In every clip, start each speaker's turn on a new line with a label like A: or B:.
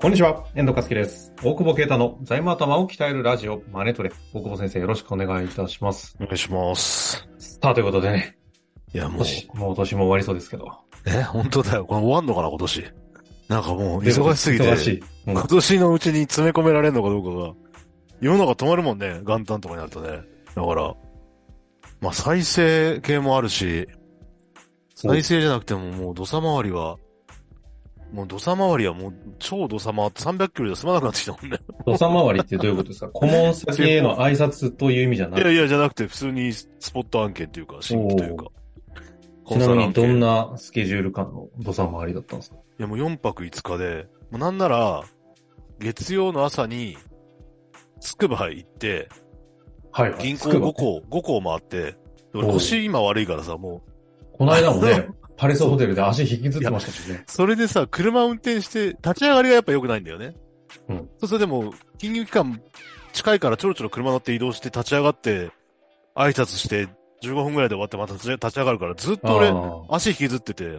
A: こんにちは、遠藤和樹です。大久保啓太の財務頭を鍛えるラジオ、マネトレ。大久保先生、よろしくお願いいたします。
B: お願いします。
A: さあ、ということでね、
B: いや、もう、
A: 年、もう年も終わりそうですけど。
B: え、本当だよ。これ終わんのかな、今年。なんかもう、忙しすぎて。
A: 忙しい。うん
B: 今年のうちに詰め込められるのかどうかが、世の中止まるもんね、元旦とかになるとね。だから、まあ再生系もあるし、再生じゃなくてももう土砂回りは、もう土砂回りはもう超土砂回って300キロじゃ済まなくなってきたもんね。
A: 土佐回りってどういうことですか顧問先への挨拶という意味じゃない
B: や
A: い。
B: いや、じゃなくて普通にスポット案件というか、新規というか。コ
A: ち
B: ン
A: な
B: サル
A: み
B: 案
A: に
B: 件
A: どんなスケジュール感の土佐回りだったんですか
B: いや、もう4泊5日で、もうなんなら、月曜の朝に、つくば行って、
A: はい
B: 銀行
A: つくば
B: 5校、5校回って、で俺
A: おう
B: 腰今悪いからさ、もう、
A: この間もね、パレスホテルで足引きずってましたしね。
B: それでさ、車運転して、立ち上がりがやっぱ良くないんだよね。
A: うん
B: そうするとでも、金融機関近いからちょろちょろ車乗って移動して立ち上がって、挨拶して、15分ぐらいで終わってまた立ち立ち上がるから、ずっと俺、
A: あ
B: 足引きずってて、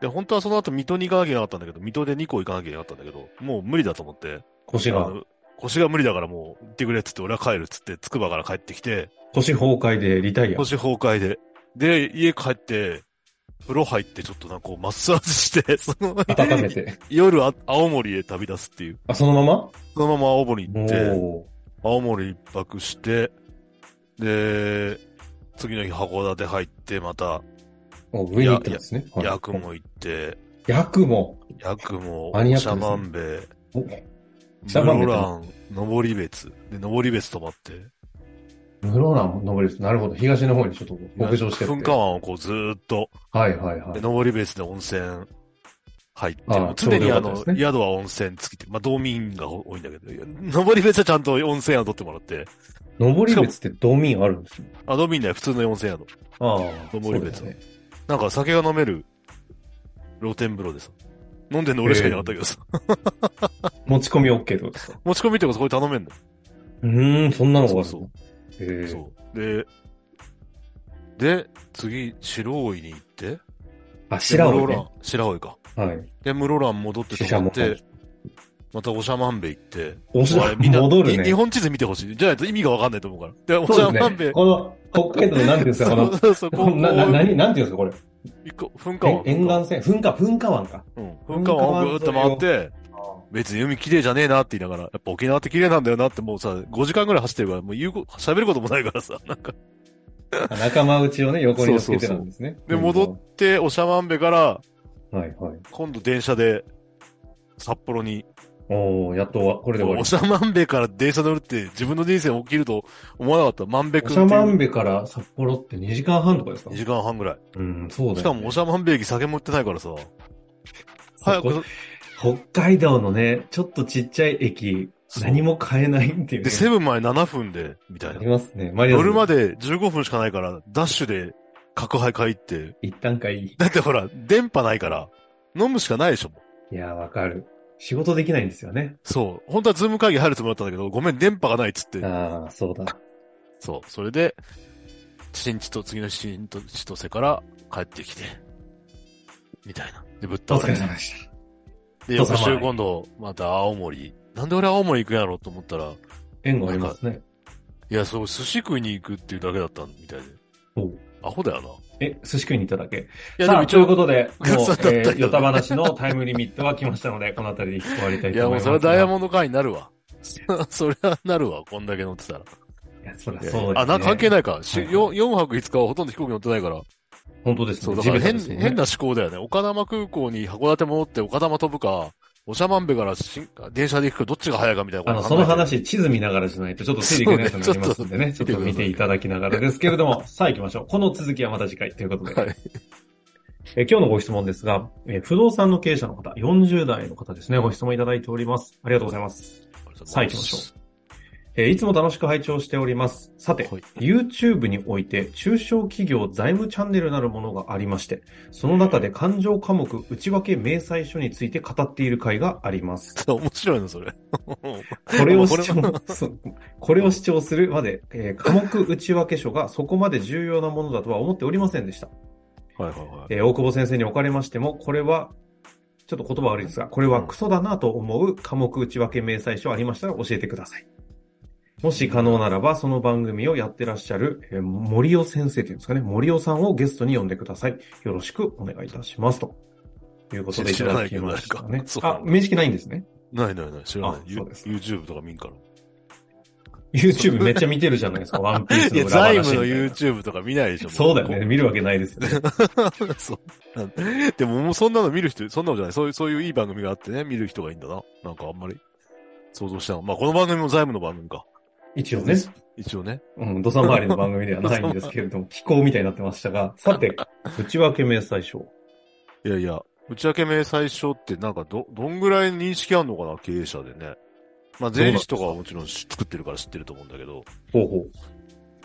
B: で、本当はその後水戸に行かなきゃいけなかったんだけど、水戸で2校行かなきゃいけなかったんだけど、もう無理だと思って、
A: 腰
B: あ
A: が、
B: の腰が無理だからもう行ってくれっつって、俺は帰るっつって、つくばから帰ってきて、
A: 腰崩壊でリタイア。
B: 腰崩壊で。で、家帰って、風呂入ってちょっとなんかこうマッサージして、 その
A: 温め て。
B: 夜あ青森へ旅立つっていう。
A: あ、そのまま
B: そのまま青森行っ
A: お
B: て、
A: ー
B: 青森一泊して、で、次の日函館入って、また、
A: お。上に行ったんですね。はい
B: ヤクモ行って、
A: ヤクも。
B: ヤクモ、
A: マニアックですね
B: シャマンベイ、
A: おシャマンベ
B: 室蘭、登別、で、登別泊まって、
A: 室蘭登りです。なるほど。東の方にちょっと北上してって。
B: 噴火湾をこうずーっと、
A: はいはいは
B: で、
A: い。
B: 登別で温泉入って、
A: ああ
B: もう常に
A: ちょうどよか
B: あの、
A: ったですね
B: 宿は温泉付きって、まあ、道民が多いんだけど、登別はちゃんと温泉宿取ってもらって、
A: 登別って道民あるんですね。
B: あ、道民内普通の温泉宿。
A: ああ、
B: 登別
A: そうだよね。
B: なんか酒が飲める露天風呂でさ。飲んでんの俺しかいなかったけどさ。
A: 持ち込み OK ってことですか
B: 持ち込みってことそこに頼めんの、
A: うーん、そんなのがある
B: そう
A: へえ
B: そう。で、で、次、白老に行って、で
A: あ、白尾
B: 室
A: ね。
B: 蘭白老か。
A: はい。
B: で、室蘭戻って泊まっ
A: シャ
B: て、またおしゃまんべ行って、
A: おし
B: あれみんな
A: 戻る
B: に日
A: ね。
B: 本地図見てほしい。じゃないと意味がわかんないと思うから。で、おし
A: そ
B: ゃ
A: うで
B: ますんべ
A: ね。。この、北海道のなんていうんですか、この、
B: そうそう、こ
A: こ
B: う、
A: んな、な、何、なんていうんですか、これ。
B: 一個噴火
A: え
B: 湾。
A: 沿岸線。噴火、噴火湾か。
B: うん噴火湾をぐーっと回って、別に海綺麗じゃねえなって言いながら、やっぱ沖縄って綺麗なんだよなってもうさ、5時間ぐらい走ってるから、もう言うこ、喋ることもないからさ、なんか。
A: あ仲間内をね、横に乗っけてたんですね。
B: で、戻って、おしゃまんべから、
A: うんはいはい。
B: 今度電車で、札幌に、
A: おー、やっとわ、これで終わ
B: お
A: り。
B: しゃまんべから電車乗るって自分の人生起きると思わなかった。まんべ
A: お
B: くんっ
A: して
B: い
A: ゃ
B: う
A: まんべから札幌って2時間半とかですか
B: 2時間半ぐらい。
A: うん、そうだよ、ね。
B: しかもおしゃまんべ駅酒も売ってないからさ、早く、
A: 北海道のね、ちょっとちっちゃい駅、
B: そう
A: 何も買えないっていう、ね。
B: で、セブンまで7分で、みたい
A: あ
B: な
A: り。ますね。マリア
B: 乗る
A: ル
B: まで15分しかないから、ダッシュで、角杯買いって。
A: 一旦かいい。
B: だってほら、電波ないから、飲むしかないでしょ。
A: いやー、わかる。仕事できないんですよね。
B: そう。本当はズーム会議入るつもりだったんだけど、ごめん、電波がないっつって。
A: ああ、そうだ。
B: そう。それで、新千と、次の新千歳から帰ってきて、みたいな。で、ぶっ
A: お
B: 倒
A: 疲
B: れ
A: れ
B: て。
A: 様でした。
B: で、
A: お疲れ
B: 翌
A: 様
B: 週今度、また青森。なんで俺青森行くんやろうと思ったら、
A: 縁がありますね。
B: いや、そう、寿司食いに行くっていうだけだったみたいで。
A: おう
B: アホだよな。い
A: え、寿司食いに行っただけ。
B: や、で
A: さ
B: も
A: あ、
B: 一
A: というこ
B: 応、
A: とで、もう、え
B: 嘘だったよ
A: ー、ヨタ話のタイムリミットは来ましたので、この辺りで終わりたい
B: い
A: と
B: や、も
A: 思いうますが。
B: それはダイヤモンド会になるわ。 それはなるわ、こんだけ乗ってたら。
A: いや、そりゃそうです、ね。
B: あ、な、関係
A: い。
B: ないか。し
A: はいはい
B: よん 4, 泊5日はほとんど飛行機乗ってないから。
A: 本当です
B: そ
A: ね。
B: う、だから変,、
A: 地べたですもんね
B: 変な思考だよね。岡玉空港に函館戻って岡玉飛ぶか、おしゃまんべから新電車で行くかどっちが早いかみたいな
A: あ
B: こ
A: の、
B: と
A: そ
B: 考え
A: の
B: て
A: 話、地図見ながらじゃないと、ちょっとついていけないやつになりますんでね、ちょ
B: そう
A: っ
B: ねちょっ
A: と
B: と
A: 見ていただきながらですけれども、さあ行きましょう。この続きはまた次回ということで。
B: はい
A: えー今日のご質問ですが、えー不動産の経営者の方、40代の方ですね、ご質問いただいております。ありがとうございます。さあ行きましょう。えーいつも楽しく拝聴しております。さて、
B: はい
A: YouTube において中小企業財務チャンネルなるものがありまして、その中で勘定科目内訳明細書について語っている回があります。
B: そう面白いの、それ。
A: これを主
B: こ
A: 張、そうこれを主張するまで、えー科目内訳書がそこまで重要なものだとは思っておりませんでした。
B: はいはいはい。
A: えー大久保先生におかれましても、これは、ちょっと言葉悪いですが、これはクソだなと思う科目内訳明細書ありましたら教えてください。もし可能ならば、その番組をやってらっしゃる、えー森尾先生っていうんですかね、森尾さんをゲストに呼んでください。よろしくお願いいたします。ということでい
B: 知
A: た
B: らな
A: だ
B: い
A: き
B: けど
A: ましたね
B: なん。かそう
A: あ、面識ないんですね。
B: ないないない、知らない
A: あ。
B: ユ
A: そうですか
B: YouTube とか見んから。
A: YouTube めっちゃ見てるじゃない ですか、ワンピース
B: い
A: の
B: や、
A: 裏話
B: 財
A: み
B: 務
A: た
B: の
A: いな。
B: YouTube とか見ないでしょ。も
A: そうだよね。。見るわけないですよね。
B: そうなんでももうそんなの見る人、そんなのじゃない。そういう、そういういい番組があってね、見る人がいいんだな。なんかあんまり想像したの。まあこの番組も財務の番組か。
A: 一応ね。
B: 一応ね。
A: うん、土佐回りの番組ではないんですけれど も、気候みたいになってましたが、さて、内訳明細書。
B: いやいや、内訳明細書ってなんかど、どんぐらい認識あんのかな、経営者でね。まあ税理士とかはもちろんし作ってるから知ってると思うんだけど、
A: ほうほう。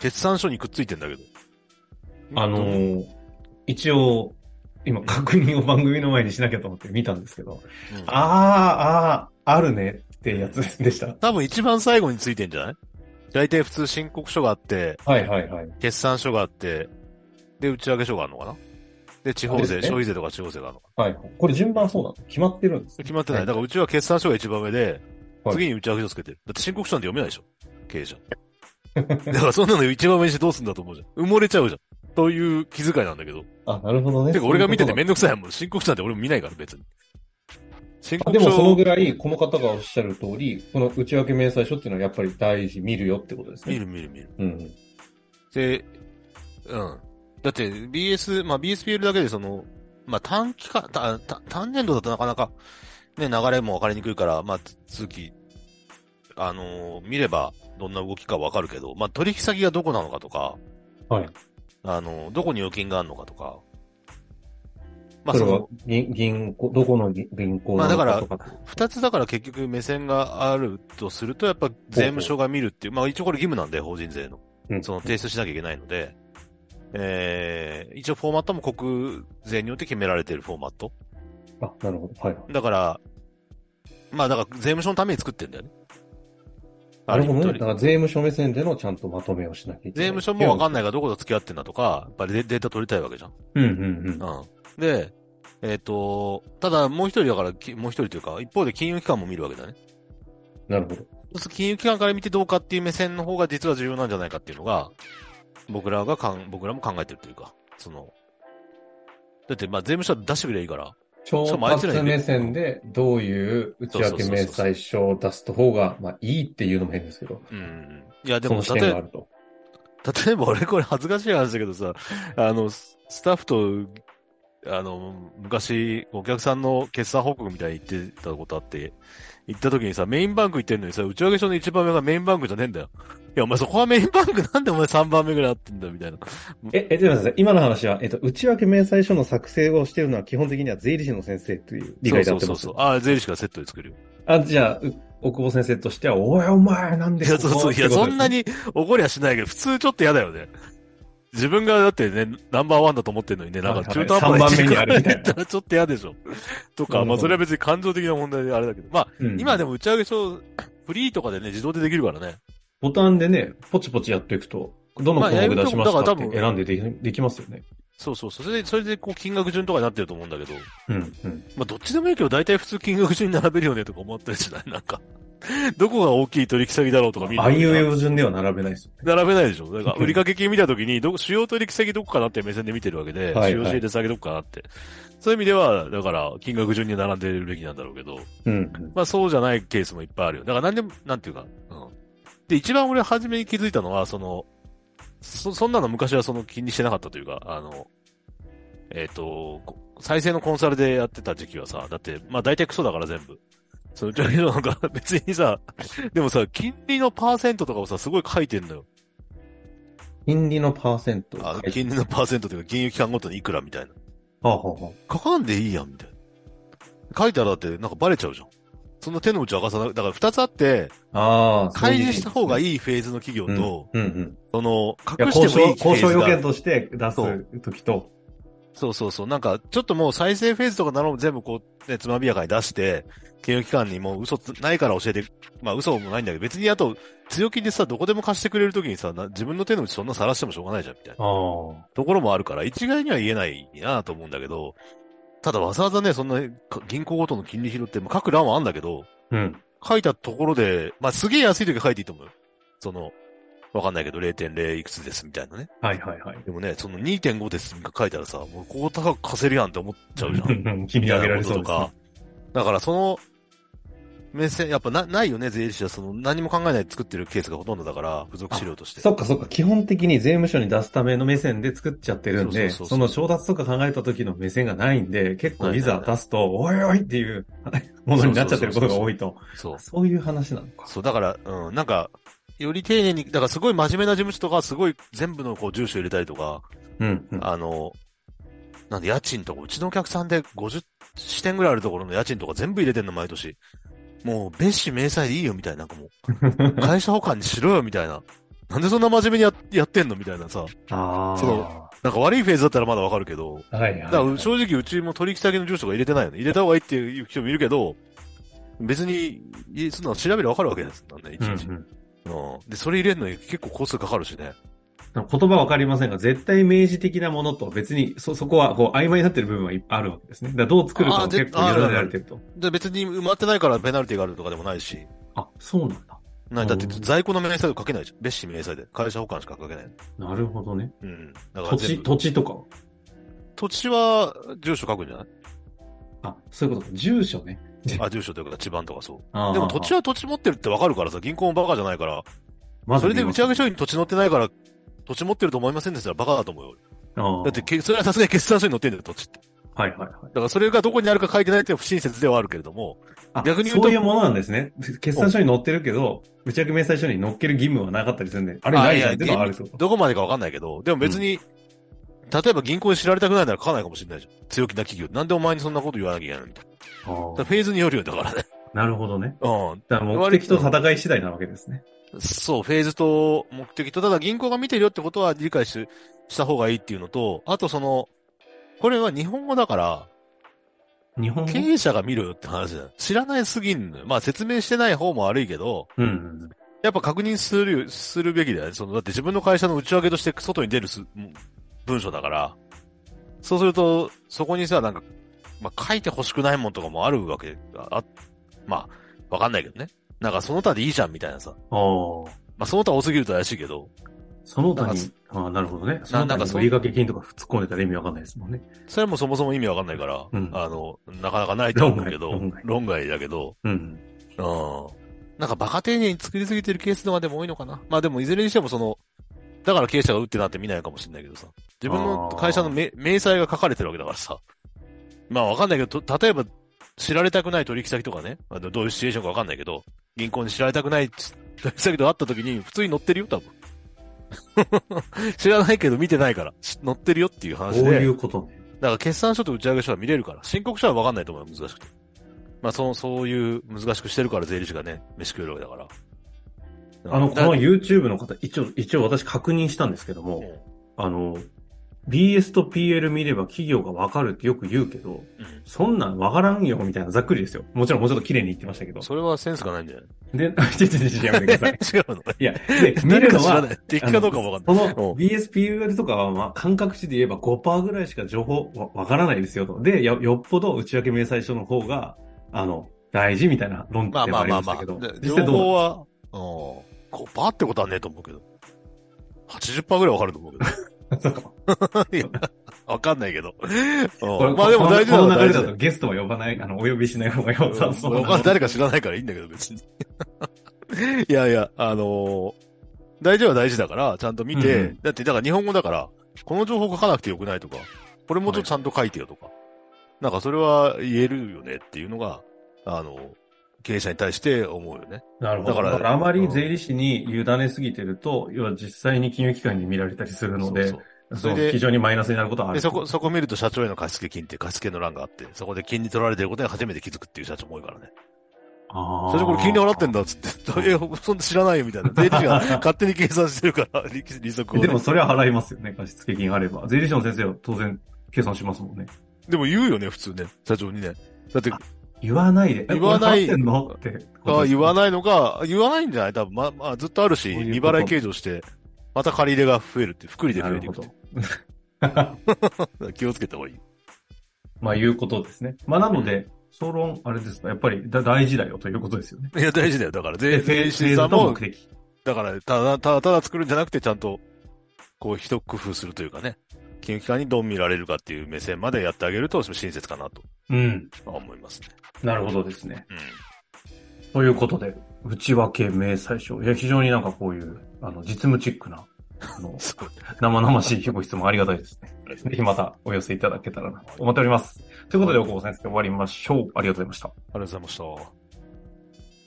B: 決算書にくっついてんだけど。
A: あのー一応、今確認を番組の前にしなきゃと思って見たんですけど、
B: うん
A: ああ、ああ、あるねってやつでした。
B: 多分一番最後についてんじゃない大体普通申告書があって、
A: はいはいはい。
B: 決算書があって、で、内訳書があるのかなで、地方
A: です
B: 税、
A: ね
B: 消費税とか地方税があるのか
A: はい。これ順番そうなの決まってるんですね。
B: 決まってない。
A: は
B: だからうちは決算書が一番上で、
A: はい
B: 次に内訳書つけてる。だって申告書なんて読めないでしょ 経営者。だからそんなの一番上にしてどうすんだと思うじゃん。埋もれちゃうじゃん。という気遣いなんだけど。
A: あ、なるほどね。
B: てか俺が見ててめ
A: ん
B: んどくさいもん。申告書なんて俺も見ないから別に。申告
A: でもその
B: 書
A: ぐらい、この方がおっしゃる通り、この内訳明細書っていうのはやっぱり大事、見るよってことですね。
B: 見る見る見る。
A: うん。
B: で、うん。だって BS、まあ BSPL だけでその、まあ短期化、たた単年度だとなかなか、ね、流れも分かりにくいから、まあつ続き、あのー見ればどんな動きか分かるけど、まあ取引先がどこなのかとか、
A: はい。
B: あのーどこに預金があるのかとか、
A: ま
B: まあ
A: あ、そ
B: そ
A: れは
B: の、
A: 銀銀行、どこの銀銀行なの
B: まあ
A: か
B: だ
A: とか。
B: 二つだから結局目線があるとすると、やっぱ税務署が見るっていう、まあ一応これ義務なんで、法人税の。
A: うん
B: その提出しなきゃいけないので、えー、一応フォーマットも国税によって決められているフォーマット。
A: あ、なるほど。はいはい。
B: だから、まあだから税務署のために作ってんだよね。
A: なるほど
B: あ
A: ね。だ
B: る意
A: か
B: 味
A: ら税務署目線でのちゃんとまとめをしなきゃいけ
B: 税
A: ない。
B: 務署もわかん
A: ない。
B: ないがどこと付き合ってんだとか、やっぱりデデータ取りたいわけじゃん。
A: うんうんうん。
B: うん。で、えっ、と、ただもう一人だからき、もう一人というか、一方で金融機関も見るわけだね。
A: なるほど。
B: そうすると金融機関から見てどうかっていう目線の方が実は重要なんじゃないかっていうのが、僕らがかん、僕らも考えてるというか、その、だってまあ税務署出してくれいいから、
A: 調
B: そうあいつ
A: 達
B: らに
A: 目線でどういう内訳明細書を出す方が、まあいいっていうのも変ですけど、
B: うん。いやで
A: そ
B: も
A: の視
B: 例
A: 点
B: え
A: があ、ると。
B: 例え ば俺これ恥ずかしい話だけどさ、あの、ススタッフと、あの、昔お客さんの決算報告みたいに言ってたことあって、行った時にさ、メインバンク行ってんのにさ、内訳書の一番上がメインバンクじゃねえんだよ。いや、お前そこはメインバンクなんでお前3番目ぐらいあってんだよみたいな。
A: え、え、ちょっと待ってください。今の話は、えっと、内訳明細書の作成をしているのは基本的には税理士の先生という理解であってます。
B: そうそうそうそう。ああ、税理士がセットで作るよ。
A: あ、じゃあ、う大久保先生としては、おいお前、なんで
B: いや、そうそう。いや、そんな
A: に。
B: に怒りはしないけど、普通ちょっと嫌だよね。自分がだってね、ナンバーワンだと思ってるのにね、なんか中途半端
A: はいはい3番目にあるみたいな
B: やったらちょっと嫌でしょ。と
A: なる
B: か、
A: ほど
B: まあそれは別に感情的な問題であれだけど。まあ、
A: うん
B: 今でも打ち上げ書、フリーとかでね、自動でできるからね。
A: ボタンでね、ポチポチやっていくと、どの項目出しましたって選んでできできますよね。
B: そうそう。それで、それでこう金額順とかになってると思うんだけど。
A: うん、うん。
B: まあどっちでもいいけど、大体普通金額順に並べるよねとか思ったりしないなんか。どこが大きい取引先だろうとか見る
A: あいうえお順では並べないですよね。
B: 並べないでしょ。だから、売掛金見たときに、どこ、主要取引先どこかなって目線で見てるわけで、
A: はい
B: 主要
A: はい
B: 仕入れ先どこかなって。そういう意味では、だから、金額順に並んでるべきなんだろうけど、
A: うん。
B: まあそうじゃないケースもいっぱいあるよ。だから、なんでも、なんていうか、うん。で、一番俺初めに気づいたのは、その、そ、そんなの昔はその気にしてなかったというか、あの、えっ、と、こ再生のコンサルでやってた時期はさ、だって、まあ大体クソだから全部。その、 なんか別にさ、でもさ、金利のパーセントとかをさ、すごい書いてんだよ。
A: 金利のパーセント。
B: あ
A: は
B: の、
A: い
B: 金利のパーセントというか、金融機関ごとにいくらみたいな。
A: はあはあは
B: 書かんでいいやん、みたいな。書いたらだって、なんかバレちゃうじゃん。そんな手の内明かさなく、だから二つあって、
A: あ。ああ、
B: 開示した方が
A: いい
B: いいフェーズの企業
A: うん
B: と、
A: うんうん。
B: その、
A: いや、
B: 隠して
A: 交
B: も
A: 渉
B: いい、フェ
A: 交
B: ー
A: 渉
B: ズ
A: 要
B: があ
A: 件
B: る。
A: として出す
B: そう
A: 時と。
B: そうそうそう。なんか、ちょっともう再生フェーズとかなのも全部こう、ね、つまびやかに出して、金融機関にもう嘘つないから教えて、まあ嘘もないんだけど、別にあと、強気でさ、どこでも貸してくれるときにさ、な自分の手の内そんな晒してもしょうがないじゃん、みたいな。
A: ああ。
B: ところもあるから、一概には言えないなと思うんだけど、ただわざわざね、そんなか銀行ごとの金利拾って、まあ、書く欄はあんだけど、
A: うん。
B: 書いたところで、まあ、すげえ安い時は書いていいと思うよ。その、わかんないけど0.0いくつですみたいなね。
A: はいはいはい。
B: でもね、その2.5ですみたいな書いたらさ、もうこう高く貸せるやんって思っちゃうじゃん。
A: ん。君にあげられそう
B: み
A: です
B: たいなこととか。だからその、目線、やっぱな、ないよね、税理士は。その、何も考えないで作ってるケースがほとんどだから、付属資料として。
A: そっかそっか、基本的に税務署に出すための目線で作っちゃってるんで、
B: そ
A: そう
B: そうそうそう
A: の調達とか考えた時の目線がないんで、結構いざ出すと、おいおいっていうものになっちゃってることが多いと。
B: そう。
A: そういう話なのか。
B: そう、だから、うん、なんか、より丁寧に、だからすごい真面目な事務所とか、すごい全部のこう住所入れたりとか、
A: うん、うん。
B: あの、なんで家賃とか、うちのお客さんで50支店ぐらいあるところの家賃とか全部入れてんの、毎年。もう、別紙明細でいいよ、みたいな、なんかも う、会社保管にしろよ、みたいな。なんでそんな真面目にややってんのみたいなさ。
A: ああ。
B: そのなんか悪いフェーズだったらまだわかるけど、
A: はいはい。
B: だから正直うちも取引先の住所が入れてないよね。入れた方がいいっていう人もいるけど、別に、いそんなの調べればわかるわけですもんね、一
A: うんう
B: 日、
A: ん、
B: うんで、それ入れるのに結構コスかかるしね。
A: 言葉わかりませんが、絶対明示的なものと別に、そ、そこはこう曖昧になってる部分はいっぱいあるわけですね。だからどう作るか
B: あ
A: も
B: ーぜ
A: 結構委ねられてると。
B: で、別に埋まってないからペナルティがあるとかでもないし、
A: あ、そうなんだ。
B: なだって
A: うん
B: 在庫の明細をかけないじゃん。別紙明細で。会社保管しか書けない。
A: なるほどね。
B: うん。だから
A: 土地、
B: 全部
A: 土地とかは。
B: 土地は住所書くんじゃない
A: あ、そういうことか。住所ね。
B: あ、住所というか地番とかそう。
A: あー
B: でも土地は土地持ってるってわかるからさ、銀行もバカじゃないから、
A: まず
B: それで
A: 見ま
B: 打ち
A: す
B: 上げ商品に土地乗ってないから、土地持ってると思いませんでしたらバカだと思うよ。
A: あー
B: だってけ、それはさすがに決算書に載ってんだよ、土地って。
A: はいはいはい。
B: だからそれがどこにあるか書いてないっていうのは不親切ではあるけれども、
A: あ
B: 逆に言うと
A: そういうものなんですね。 決算書に載ってるけど、打ち上げ明細書に載っける義務はなかったりするんで、あれないじゃんっていうのはあるってこと
B: どこまでかわかんないけど、でも別に、例えば銀行に知られたくないなら書かないかもしれないじゃん。強気な企業。なんでお前にそんなこと言わなきゃいけないのみたいな。だ
A: あ
B: からフェーズによるよ、だからね。
A: ーなるほどね。
B: う
A: だから目的と戦い次第なわけですね。
B: ん。そう、フェーズと目的と、ただ銀行が見てるよってことは理解しした方がいいっていうのと、あとその、これは日本語だから、
A: 日本語
B: 経営者が見ろよって話だよ。知らないすぎんのよ。まあ説明してない方も悪いけど、
A: うんうん
B: やっぱ確認するよ、するべきだよね。その、だって自分の会社の打ち上げとして外に出るすも文書だから、そうすると、そこにさ、なんか、まあ、書いて欲しくないもんとかもあるわけ、あ、あまあ、わかんないけどね。なんかその他でいいじゃんみたいなさ。
A: うん。ああ。
B: まあ、その他多すぎると怪しいけど、
A: その他
B: なん
A: に、ああ、なるほどね。そ
B: な
A: の
B: な
A: 他
B: んか
A: に
B: そう
A: 売掛金とか突っ込んでたら意味わかんないですもんね。
B: それもそもそも意味わかんないから、
A: うん
B: あの、なかなかないと思うけど、
A: 論外
B: 論外だけど、
A: うん。
B: うん。なんかバカ丁寧に作りすぎてるケースの方がでも多いのかな。まあでもいずれにしてもその、だから経営者が打ってなって見ないかもしれないけどさ。自分の会社のめ明細が書かれてるわけだからさ。まあわかんないけど、と例えば知られたくない取引先とかね、あのどういうシチュエーションかわかんないけど、銀行に知られたくない取引先と会った時に普通に乗ってるよ、多分。 知らないけど見てないから、し乗ってるよっていう
A: こう
B: 話で。
A: いうことね。
B: だから決算書と打ち上げ書は見れるから、申告書は分かんないと思うよ、難しくて。まあ、そう、そういう難しくしてるから税理士がね、飯食えるわけだから。
A: あの、
B: だ
A: この YouTube の方、一応、一応私確認したんですけど
B: う
A: も、
B: ん
A: あの、BS と PL 見れば企業がわかるってよく言うけど、
B: うん
A: そんなんわからんよみたいなざっくりですよ。もちろんもうちょっと綺麗に言ってましたけど。
B: それはセンスがないんじゃない
A: で、 あちょちょちょちょやめてくだ さい。
B: 違うの
A: いや、で、見 るのは、
B: 敵かどうかも分かん
A: そ
B: ない。
A: の BSPUL とかは、まあ、感覚値で言えば5%ぐらいしか情報わわからないですよと。で、よよっぽど内訳明細書の方が、あの、大事みたいな論
B: まあ
A: 点
B: ま
A: も
B: あ
A: あり
B: まあ
A: まし
B: ま
A: た
B: あ
A: けど、。
B: で
A: 実
B: 情
A: 際どう
B: 報は、うん、5%ってことはねえと思うけど。80%ぐらい分かると思うけ
A: そうか
B: ど。いや、分かんないけど。
A: こ
B: う
A: れ
B: んまあでも大事な
A: こ
B: の
A: の
B: は
A: 流
B: 大
A: れ
B: 事だ
A: だ
B: よ
A: とゲストは呼ばない、あの、お呼びしない方が良さそうな
B: 他誰か知らないからいいんだけど、別に。 いやいや、あのー大事は大事だから、ちゃんと見て、
A: うんうん
B: だって、だから日本語だから、この情報書かなくてよくないとか、これもうちょっとちゃんと書いてよとか、なんかそれは言えるよねっていうのが、あの経営者に対して思うよね。
A: なるほど。
B: だ
A: だ
B: か
A: からら、あまり税理士に委ねすぎてると、要は実際に金融機関に見られたりするので、
B: そ
A: そうう
B: それで
A: 非常にマイナスになることはあ
B: そう
A: る。
B: でそこ、そこ見ると社長への貸付金って貸付の欄があって、そこで金利取られてることに初めて気づくっていう社長も多いからね。
A: あー
B: 社長これ金利払ってんだっつって、え、そんな知 らないよみたいな。税理士が勝手に計算してるから、 利利息をね、
A: でもそれは払いますよね、貸付金あれば。税理士の先生は当然計算しますもんね。
B: でも言うよね、普通ね、社長にね。だって、
A: 言わないで。え
B: 言わない
A: これ払ってんのって。
B: あ言わ
A: い。
B: ないのか、言わないんじゃない多分、ま、まあ、ずっとあるし、
A: そういうこと
B: 未払い計上して、また借り入れが増えるって、福利で
A: な
B: 増
A: る
B: えてい
A: ほ
B: く
A: ど
B: と。。気をつけた方がいい。
A: まあ、いうことですね。まあ、なので、総論、あれですか、やっぱりだ大事だよということですよね。
B: いや、大事だよ。だから、
A: で、
B: 税
A: フェ
B: 税
A: ー
B: 理
A: ズ
B: 士さん
A: と
B: も
A: 目、的。
B: だから、ただ、ただ、ただ作るんじゃなくて、ちゃんと、こう、一工夫するというかね、金融機関にどう見られるかっていう目線までやってあげると、親切かなと
A: うん。
B: 思いますね。
A: なるほどですね。
B: うん。
A: ということで、内訳明細書。いや、非常になんかこういう、あの、実務チックな、あの、
B: そう
A: 生々しいご質問ありがたいですね。
B: です
A: ぜひまたお寄せいただけたらなと思っております。ということで、大久保先生終わりましょう。ありがとうございました。
B: ありがとうございました。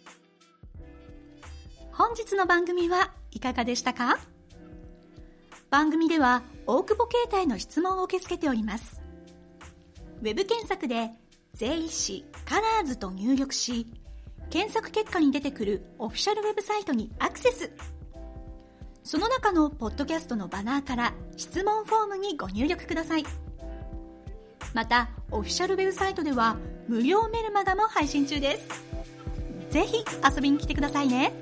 C: 本日の番組はいかがでしたか番組では大久保携帯の質問を受け付けておりますウェブ検索で「税理士カラーズと入力し検索結果に出てくるオフィシャルウェブサイトにアクセスその中のポッドキャストのバナーから質問フォームにご入力くださいまたオフィシャルウェブサイトでは無料メルマガも配信中ですぜひ遊びに来てくださいね